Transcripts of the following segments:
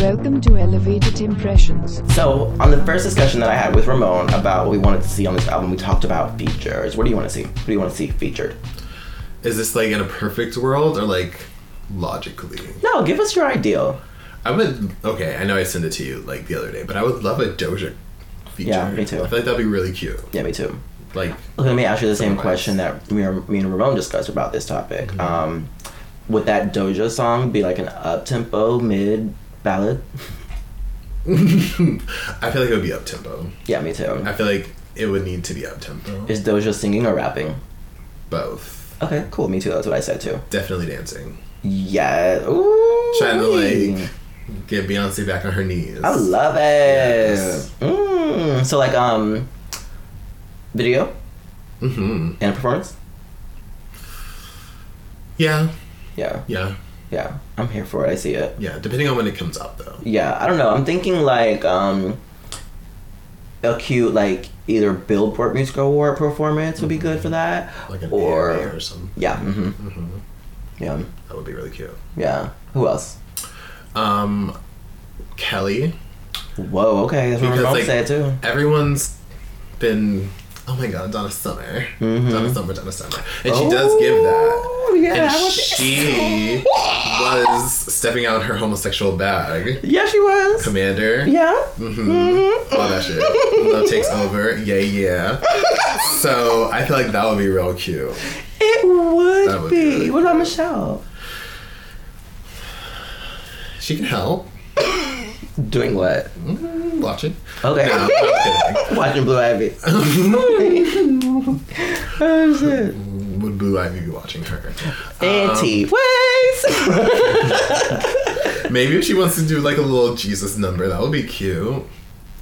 Welcome to Elevated Impressions. So, on the first discussion that I had with Ramon about what we wanted to see on this album, we talked about features. What do you want to see? What do you want to see featured? Is this like in a perfect world or like logically? No, give us your ideal. I would. Okay, I know I sent it to you like the other day, but I would love a Doja feature. Yeah, me too. I feel like that'd be really cute. Yeah, me too. Like, Look, let me ask you the same Otherwise- question that me, and- me and Ramon discussed about this topic. Um, would that Doja song be like an up tempo mid ballad? I feel like it would be up tempo. Yeah, me too. I feel like it would need to be up tempo. Is Doja singing or rapping? Both. Okay, cool. Me too. That's what I said too. Definitely dancing. Yeah. Ooh. Trying to like get Beyonce back on her knees. I love it. Yes. Mm. So like um, video hmm and performance. Yeah, Yeah, yeah, yeah. I'm here for it. I see it. yeah. Depending on when it comes out, though. Yeah, I don't know. I'm thinking like um, a cute like either Billboard Music Award performance would be good for that, Like an or AMA or something. yeah, hmm hmm yeah, That would be really cute. yeah. Who else? Um, Kelly. Whoa, okay, that's what Because, Ramon like- said too. everyone's been oh my god donna summer donna summer donna summer and she Oh, does give that Mm-hmm. yeah, and I would be- she was stepping out her homosexual bag Yeah, she was. commander Yeah. hmm all that shit love takes over yeah yeah so i feel like that would be real cute It would, That would be. be really What about good. Michelle? she can help Doing what? Mhm, watch it Okay. no, I'm kidding. Watching Blue Ivy. oh shit. would blue ivy be watching her Auntie, Um, ways. maybe if she wants to do like a little jesus number that would be cute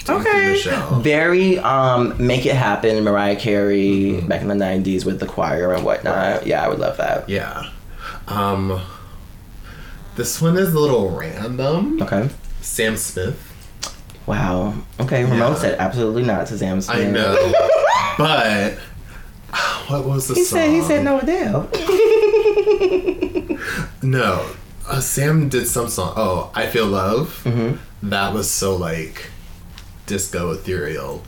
Okay. Michelle. Very um, make it happen, Mariah Carey Mm-hmm. back in the '90s with the choir and whatnot. Yeah, I would love that. Yeah. Um this one is a little random. Okay. Sam Smith. Wow. Okay. Ramon Yeah. said absolutely not to Sam Smith. I know. but what was the He song? said he said no Adele. No. Uh, Sam did some song. Oh, I Feel Love. Mm-hmm. That was so like disco ethereal.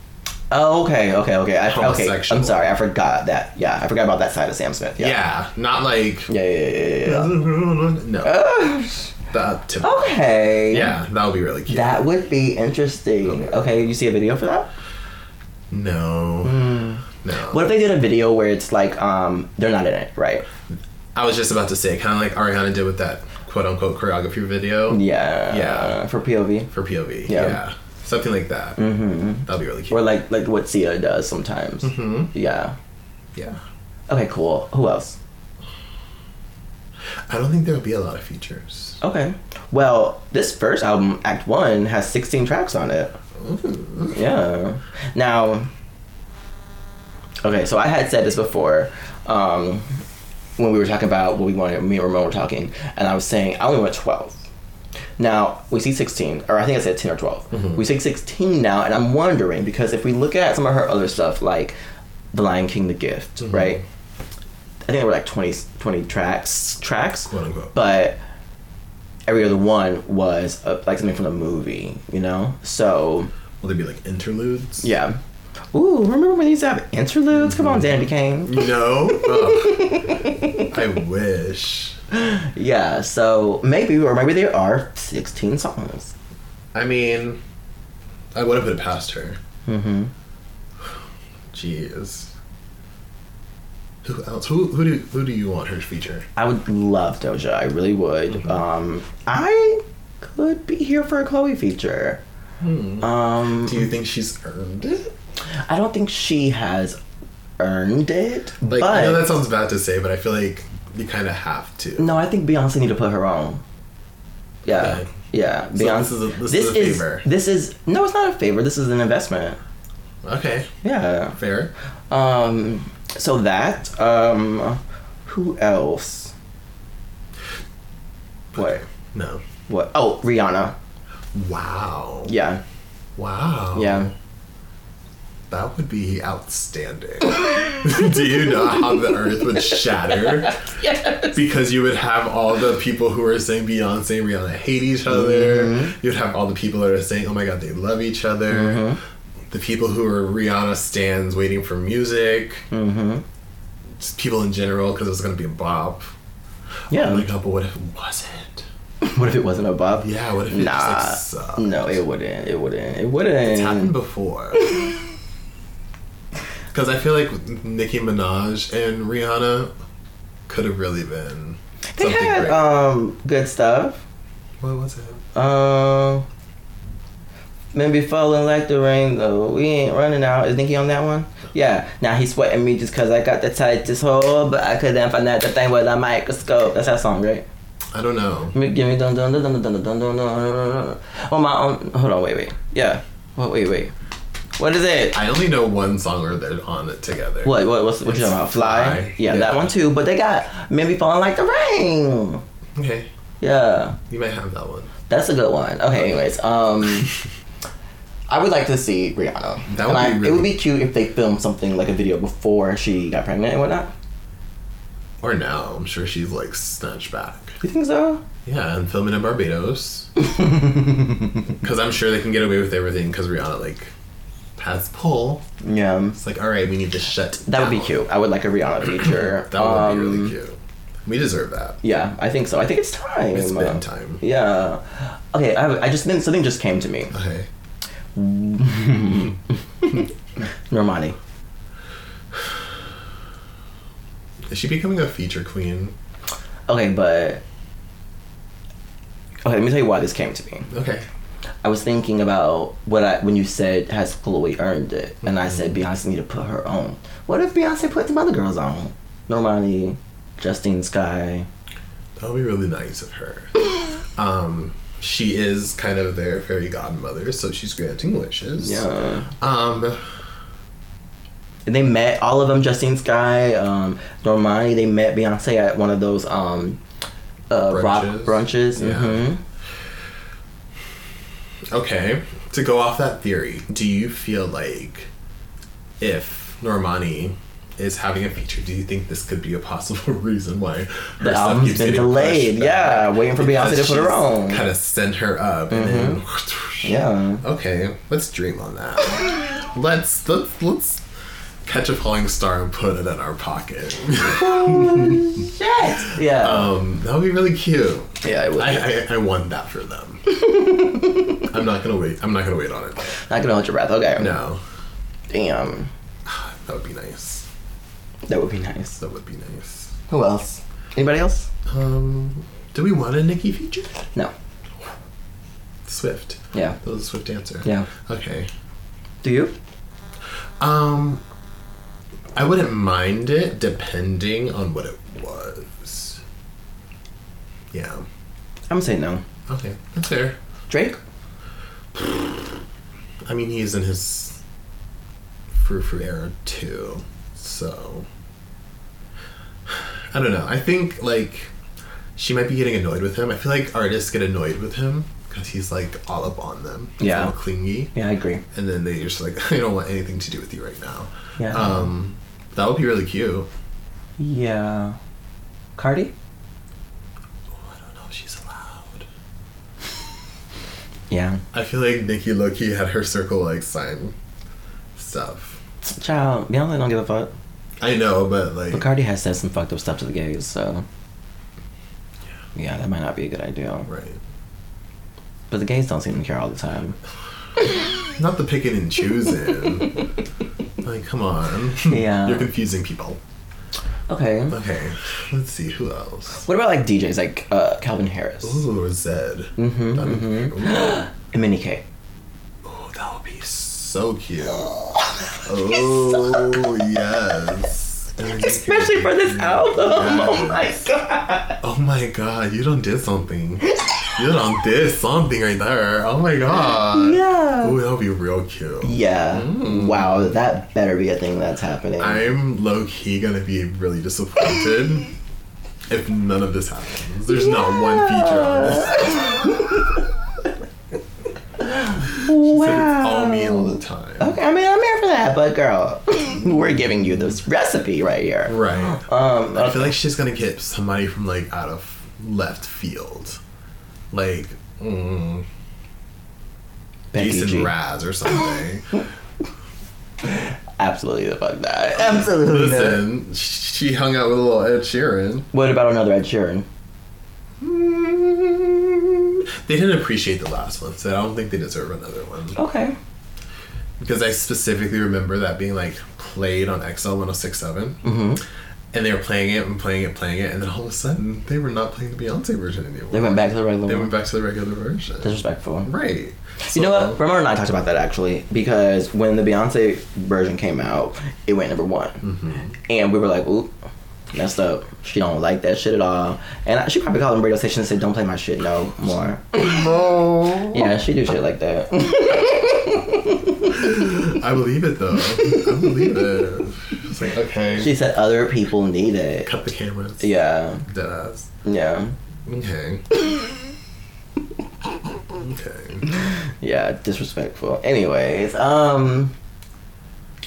Oh, okay, okay, okay. I, okay. I'm Homosexual. sorry, I forgot that. Yeah, I forgot about that side of Sam Smith. Yeah. Yeah. not like Yeah, yeah, yeah, yeah. yeah. Uh, no. The up tempo. Okay. Yeah, that would be really cute. That would be interesting. Okay, you see a video for that? no. No. Mm. What if they did a video where it's like um they're not in it, right? I was just about to say, kind of like Ariana did with that quote unquote choreography video. Yeah. Yeah. For POV. for POV. Yeah. Yeah. Something like that. Mm-hmm. That'd be really cute. Or like like what Sia does sometimes. Mm-hmm. Yeah. yeah. Okay, cool. Who else? I don't think there would be a lot of features. Okay. Well, this first album, Act One, has 16 tracks on it. Yeah. Now, okay, so I had said this before um, when we were talking about what we wanted, me and Ramon were talking, and I was saying I only want 12. Now, we see 16, or I think I said 10 or 12. Mm-hmm. We see 16 now, and I'm wondering because if we look at some of her other stuff, like The Lion King, The Gift, Mm-hmm. right? I think there were like 20, 20 tracks, tracks, Quote, unquote. but every other one was uh like something from a movie, you know? So, Will there be like interludes? yeah. Ooh, remember when they used to have interludes? Come Mm-hmm. on, Danny Kane. No. Ugh. I wish. Yeah, so maybe, or maybe there are 16 songs. I mean, I would have put it past her. Mm-hmm. Jeez. Who else? Who who do who do you want her to feature? I would love Doja. I really would. Mm-hmm. Um, I could be here for a Chloe feature. Hmm. Um, Do you think she's earned it? I don't think she has earned it, Like but I know that sounds bad to say, but I feel like you kind of have to. No, I think Beyonce need to put her on. Yeah, Okay. yeah. So Beyonce. this is a- this is a favor. This is no, it's not a favor. This is an investment. Okay. Yeah. Fair. Um. So that. Um. Who else? What? No. What? Oh, Rihanna. Wow. Yeah. Oh. Wow. Yeah. That would be outstanding. Do you know how the earth would shatter? Because you would have all the people who are saying Beyonce and Rihanna hate each other. Mm-hmm. You'd have all the people that are saying, oh my god, they love each other. Mm-hmm. The people who are Rihanna stands waiting for music. Mm-hmm. Just people in general, because it was going to be a bop. Yeah. Oh my god, but what if it wasn't? what if it wasn't a bop? Yeah, what if it Nah. just like sucked? no, it wouldn't. It wouldn't. It wouldn't. It's happened before. Because I feel like Nicki Minaj and Rihanna could have really been They something had great. um good stuff. what was it? Um, maybe falling like the rain though. We ain't running out. Is Nikki on that one? Yeah. Now he's sweating me just cause I got the tightest hole, but I couldn't find out the thing with a microscope. That's that song, right? I don't know. Give me give me dun dun dun dun dun dun dun dun dun dun dun. On my own. Hold on. Wait. Wait. Yeah. What? Wait. Wait. What is it? I only know one song where they're on it together. What? What? What's what you talking about? Fly. Fly. Yeah, Yeah. that one too. But they got maybe falling like the rain. Okay, Yeah. you might have that one. That's a good one. Okay, anyways, um, I would like to see Rihanna. And That would I- be It would really- be cute if they filmed something like a video before she got pregnant and whatnot. Or now, I'm sure she's like snatched back. You think so? Yeah, and filming in Barbados. Because I'm sure they can get away with everything because Rihanna like has pull. Yeah, It's like, all right, we need to shut. that would be down. cute. I would like a Rihanna feature. That would be Um, really cute. We deserve that. Yeah, I think so. I think it's time. It's been time. Yeah. Okay, I, have- I just then something just came to me. Okay. Normani. Is she becoming a feature queen? Okay, but okay, let me tell you why this came to me. Okay. I was thinking about what I when you said has Chloe earned it, and I said Mm-hmm. Beyonce need to put her on. What if Beyonce put some other girls on? Normani, Justine Sky. That would be really nice of her. um, she is kind of their fairy godmother, so she's granting wishes. Um, And they met all of them. Justine Sky, um, Normani. They met Beyonce at one of those um, uh, rock Brunches? brunches. Yeah. hmm okay. To go off that theory, do you feel like if Normani is having a feature, do you think this could be a possible reason why her The album's been delayed, yeah, waiting for Beyonce to put her on. Mm-hmm. Kind of send her up, and then Yeah. Okay, let's dream on that. let's let's let's catch a falling star and put it in our pocket. Shit. Yeah. um, that would be really cute. yeah. It was. I, I I won that for them. I'm not gonna wait. I'm not gonna wait on it. not gonna hold your breath. Okay. No, Damn. that would be nice. That would be nice. That would be nice. Who else? Anybody else? Um, do we want a Nikki feature? No. Swift. Yeah. That was a swift answer. Yeah. Okay. Do you? Um, I wouldn't mind it depending on what it was. Yeah. I'm saying no. Okay, that's fair. Drake? I mean, he's in his frou frou era too, so I don't know. I think like she might be getting annoyed with him. I feel like artists get annoyed with him because he's like all up on them. He's Yeah. all clingy, Yeah, I agree. and then they just like I don't want anything to do with you right now. Yeah. Um, that would be really cute. Yeah. Cardi? I don't know if she's allowed. Yeah. I feel like Nikki Loki had her circle like sign stuff. Child, Beyonce don't give a fuck. I know, but like But Cardi has said some fucked up stuff to the gays, so. Yeah, that might not be a good idea. right. But the gays don't seem to care all the time. Not the picking and choosing. like, come on. Yeah. You're confusing people. Okay. Okay, let's see who else. What about like DJs like uh, Calvin Harris Ooh, Zed. Mhm, That'd be- Ooh. and Mini K? Ooh, that would be so cute. Oh yes. Especially for this album. Oh my god. Oh my god, you done did something. You done did something right there. Oh my god. Yeah. Ooh, that would be real cute. Yeah. Mm. Wow, that better be a thing that's happening. I'm low key gonna be really disappointed if none of this happens. There's not one feature on this. Wow. Said it's all me all the time. Okay, I mean, I'm here for that, but girl, we're giving you this recipe right here. Right. Um, I feel like she's gonna get somebody from like out of left field, like mm, Becky Jason G. Raz or something. Absolutely the fuck that. Absolutely. not. Listen, she hung out with a little Ed Sheeran. What about another Ed Sheeran? They didn't appreciate the last one, so I don't think they deserve another one. Okay. Because I specifically remember that being like played on XL 1067. hmm And they were playing it and playing it, playing it, and then all of a sudden they were not playing the Beyonce version anymore. They went back to the regular They one. went back to the regular version. Disrespectful. Right. You know So- uh, what? Ramona and I talked about that actually because when the Beyonce version came out, it went number one, and we were like, "Oop, messed up." She don't like that shit at all, and I, she probably called them radio station and said, "Don't play my shit no more." No. yeah, she do shit like that. I believe it though. I believe it. It's like okay. she said other people need it. cut the cameras. Yeah, Deadass. yeah, Okay. okay. yeah. Disrespectful. Anyways, um,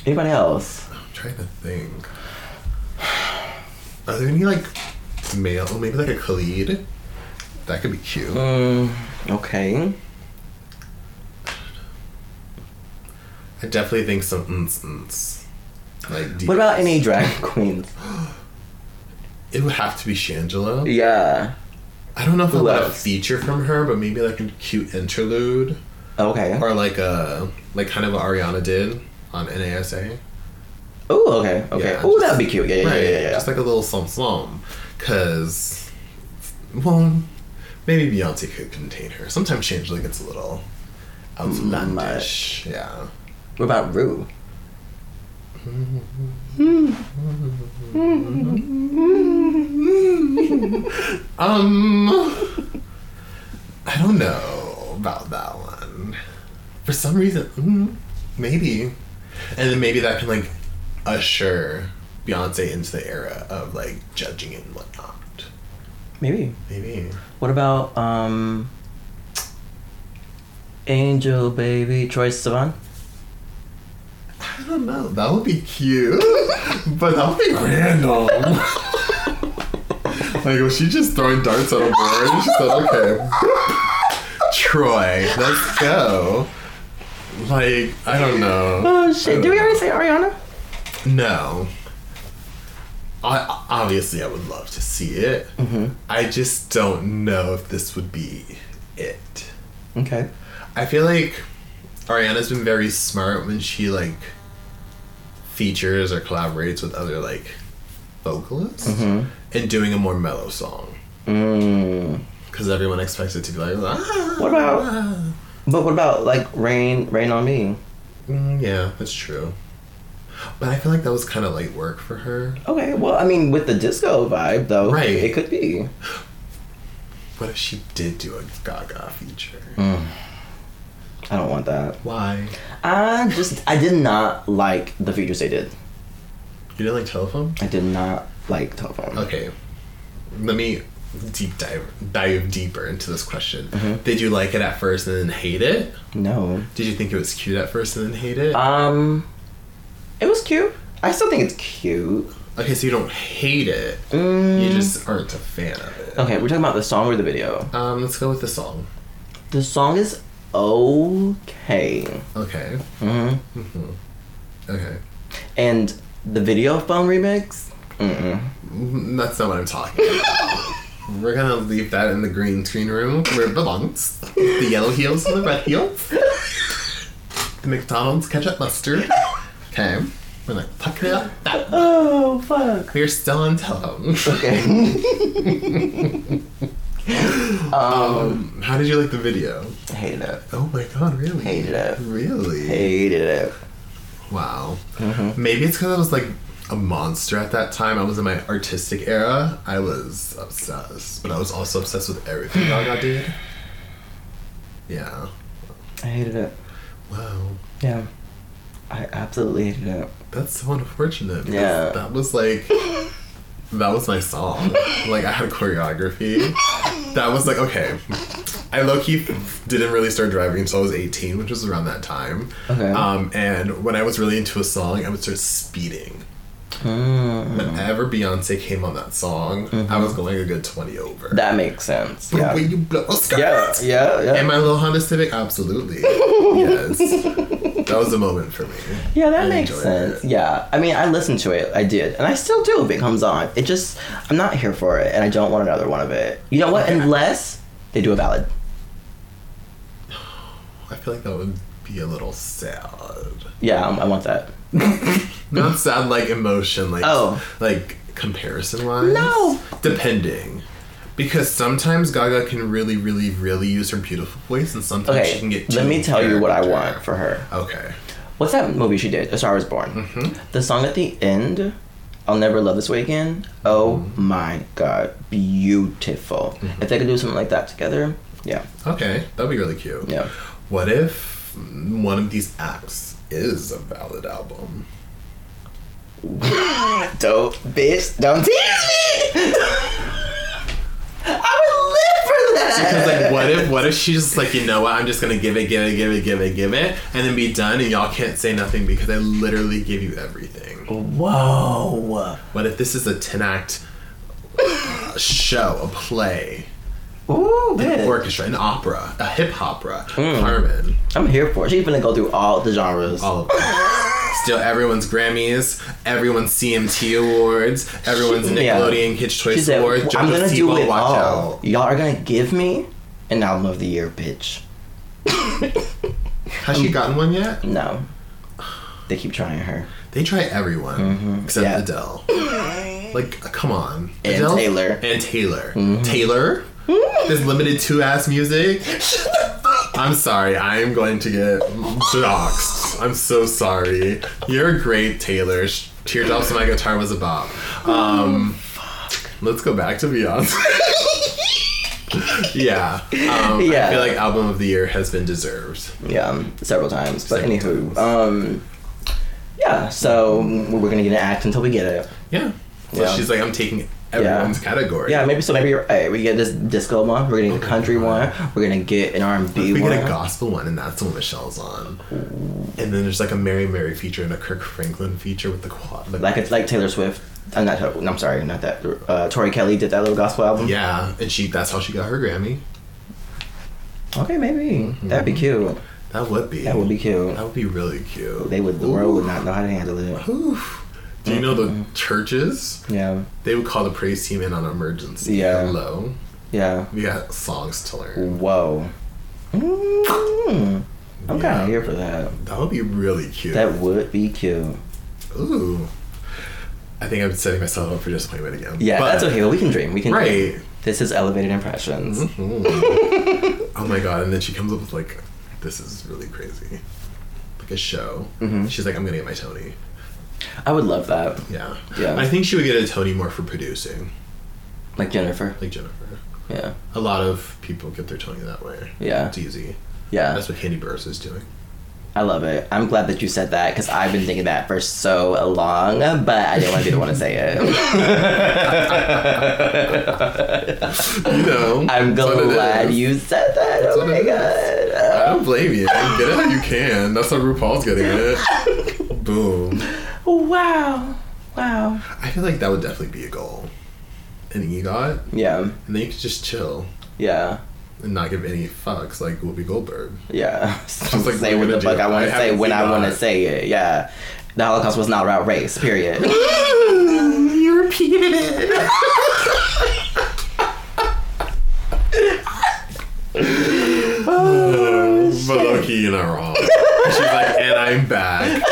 anybody else? I'm trying to think. Are there any like male? Maybe like a Khalid. That could be cute. Mm, okay. I definitely think some mm, mm, like. Deep. What about any drag queens? It would have to be Shangela. Yeah. I don't know if I Who want a else? feature from her, but maybe like a cute interlude Okay. or like a like kind of what Ariana did on NASA. Oh, okay, okay. Yeah, oh, just- that'd be cute. Yeah, yeah, right, yeah, yeah, yeah. Just like a little slum slum, because well, maybe Beyonce could contain her. Sometimes Shangela gets a little outlandish. Yeah. What about Rue? Um, I don't know about that one. For some reason, mm, maybe, and then maybe that can like usher Beyonce into the era of like judging and whatnot. Maybe. Maybe. What about um Angel Baby Troy Sivan? I don't know. That would be cute, but that would be random. like, was she just throwing darts at a board? She said, "Okay, Troy, let's go." Like, I don't know. Oh shit! Did we already say Ariana? No. I obviously I would love to see it. Mm-hmm. I just don't know if this would be it. Okay. I feel like Ariana's been very smart when she like features or collaborates with other like vocalists Mm-hmm. and doing a more mellow song Mm. because everyone expects it to be like ah, What about? But what about like Rain? Rain on me. Mm, yeah that's true but I feel like that was kind of light work for her Okay. Well, I mean, with the disco vibe though, Right. It could be. what if she did do a Gaga feature Mm. I don't want that. why I just I did not like the features they did. you didn't like Telephone I did not like Telephone. okay let me deep dive dive deeper into this question did you like it at first and then hate it No. Did you think it was cute at first and then hate it? Um, it was cute. I still think it's cute. okay, so you don't hate it. Mm. You just aren't a fan of it. Okay, we're talking about the song or the video. Um, let's go with the song. The song is okay, Okay. hmm Mm-hmm. Okay. and the video phone remix. Mm-mm. Mm, That's not what I'm talking about. We're gonna leave that in the green screen room where it belongs. The yellow heels and the red heels. The McDonald's ketchup mustard. Okay. We're not talking about that. Oh fuck. We're still on telephone. Okay. Um, how did you like the video? Hated it. Oh my god, really? Hated it. Really? Hated it. Wow. Mm-hmm. Maybe it's because I was like a monster at that time. I was in my artistic era. I was obsessed, but I was also obsessed with everything Gaga did. Yeah. I hated it. Wow. Yeah. I absolutely hated it. That's so unfortunate. because Yeah. That was like. That was my song. Like I had choreography. That was like okay. I low key didn't really start driving until I was 18, which was around that time. Okay. Um, and when I was really into a song, I would start speeding. Mm. Mm-hmm. Whenever Beyonce came on that song, I was going a good 20 over. That makes sense. The Yeah. way you blow Yeah, skirts. yeah, And yeah. my little Honda Civic, absolutely. yes. That was a moment for me. Yeah, that I makes enjoyed sense. it. Yeah. I mean, I listened to it. I did. And I still do if it comes on. It just, I'm not here for it. And I don't want another one of it. You know what? Unless they do a ballad. I feel like that would be a little sad. Yeah, I, I want that. Not sad like emotion, like Oh. like comparison wise. No. Depending. Because sometimes Gaga can really, really, really use her beautiful voice and sometimes she Okay. can get Let too me tell you what I character. want for her. Okay. What's that movie she did? A Star Is Born. Mm-hmm. The song at the end, I'll Never Love This Way Again. Mm-hmm. Oh my God. Beautiful. Mm-hmm. If they could do something like that together, yeah. Okay. That'd be really cute. Yeah. What if one of these acts is a valid album? Dope, bitch. Don't tease me. I would live for that. Because like, what if what if she's just like, you know what? I'm just gonna give it, give it, give it, give it, give it, and then be done, and y'all can't say nothing because I literally give you everything. Whoa. What if this is a ten act uh, show, a play, Ooh, an bitch. orchestra, an opera, a hip opera, Carmen, I'm here for it. She's gonna go through all the genres. all of them. Steal everyone's Grammys, everyone's CMT awards, everyone's Yeah. Nickelodeon Kids' She Choice said, Awards. "I'm Judges gonna do People, it watch all. out. Y'all are gonna give me an album of the year, bitch. Has she gotten one yet? No. They keep trying her. They try everyone Mm-hmm. except Yeah. Adele. Like, uh, come on. And Taylor. Mm-hmm. And Taylor. Taylor? This limited to ass music? I'm sorry. I am going to get doxxed. I'm so sorry. You're great, Taylor. Sh- Teardrops on my guitar was a bop. Um, let's go back to Beyonce. yeah. Um, Yeah. I feel like album of the year has been deserved. Yeah, um, several times. But Several anywho, um, yeah. So we're gonna get an act until we get it. Yeah. So Yeah. she's like, I'm taking everyone's category. Yeah, maybe so. Maybe you're right. We get this disco one. We're getting a country one. We're gonna get an R and B We one. get a gospel one, and that's the one Michelle's on. And then there's like a Mary Mary feature and a Kirk Franklin feature with the quad. the- like it's like Taylor Swift. I'm not. Taylor- I'm sorry. Not that. Uh, Tori Kelly did that little gospel album. yeah, and she that's how she got her Grammy. Okay, maybe that'd Mm-hmm. be cute. That would be. That would be cute. That would be really cute. They would. The world would not know how to handle it. Oof. Do you know the churches? Yeah. They would call the praise team in on emergency. Yeah. Hello. Yeah. We got songs to learn. Whoa. Mm. I'm kind Yeah. of here for that. That would be really cute. That would be cute. Ooh. I think I'm setting myself up for disappointment again. Yeah, But- that's okay. But we can dream. We can. Dream. Right. Mm-hmm. This is elevated impressions. Oh my god! And then she comes up with like, this is really crazy, like a show. Mm-hmm. She's like, I'm gonna get my Tony. I would love that. Yeah. Yeah. I think she would get a Tony more for producing, Like Jennifer. like Jennifer. Yeah. A lot of people get their Tony that way. Yeah. It's easy. Yeah. That's what Candy Burris is doing. I love it. I'm glad that you said that because I've been thinking that for so long, but I didn't want to be the one to say it. You know. I'm that's what it glad is. you said that. That's oh what my it I god. don't blame you. Get it how you can. That's how RuPaul's getting it. Boom. Wow. Wow. I feel like that would definitely be a goal. An EGOT, Yeah. and then you could just chill Yeah. and not give any fucks like Whoopi Goldberg. Yeah. like, say we're what the gonna fuck do- I want I to say haven't when seen I want to that. say it. Yeah. The Holocaust was not about race, period. you repeated it. but Loki, you're not wrong. She's like, and I'm back.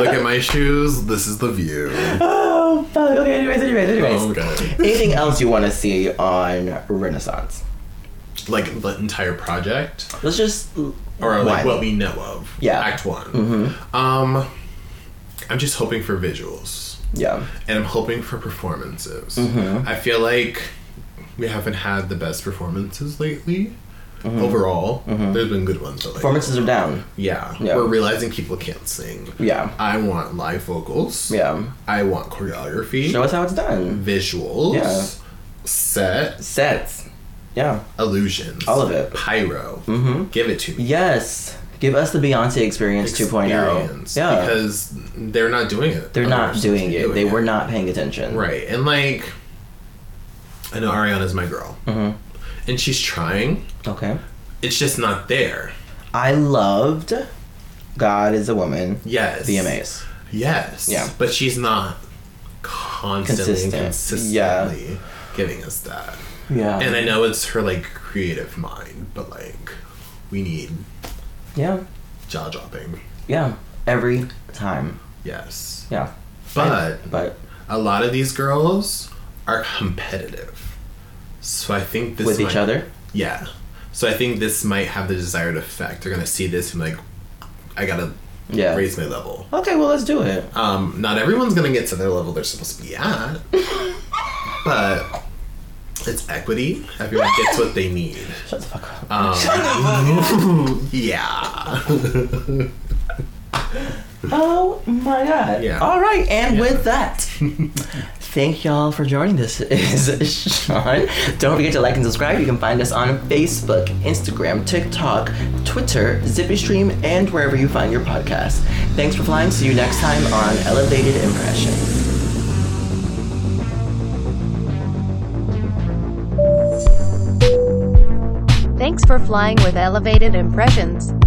Look at my shoes. This is the view. oh, fuck. Okay, anyways, anyways, anyways. Oh, God. Anything else you want to see on Renaissance? Like the entire project, Let's just. or like One. what we know of. Yeah. Act one. Um, I'm just hoping for visuals. Yeah. and I'm hoping for performances. Mm-hmm. I feel like we haven't had the best performances lately. Mm-hmm. Overall, there's been good ones. But like, Performances are down. yeah, Yeah. we're realizing people can't sing. Yeah. I want live vocals. Yeah. I want choreography, Show us how it's done. visuals, Yeah. set, Sets. Yeah. Illusions. All of it. Pyro. Mm-hmm. Give it to me. Yes. Give us the Beyonce experience, 2.0. Experience, Yeah. Because they're not doing it. They're Other not person's doing it. They were not paying attention. Right. And like, I know Ariana's my girl. Mhm. And she's trying. Okay. It's just not there. I loved God is a Woman Yes. VMAs. Yes. Yeah. But she's not constantly Consistent. Um, and consistently giving us that. Yeah. And I know it's her like creative mind, but like we need yeah. jaw dropping. Yeah. Every time. Yes. Yeah. But But a lot of these girls are competitive. So I think this with might, each other. Yeah. So I think this might have the desired effect. They're gonna see this and like I gotta Yeah. raise my level. Okay, well let's do it. Um, not everyone's gonna get to their level they're supposed to be at. but it's equity. Everyone gets what they need. Shut the fuck up. Yeah. Oh my god. Yeah. All right, and Yeah. with that, thank y'all for joining. This is Sean. Don't forget to like and subscribe. You can find us on Facebook, Instagram, TikTok, Twitter, ZippyStream, and wherever you find your podcast. Thanks for flying. See you next time on Elevated Impression. Thanks for flying with Elevated Impressions.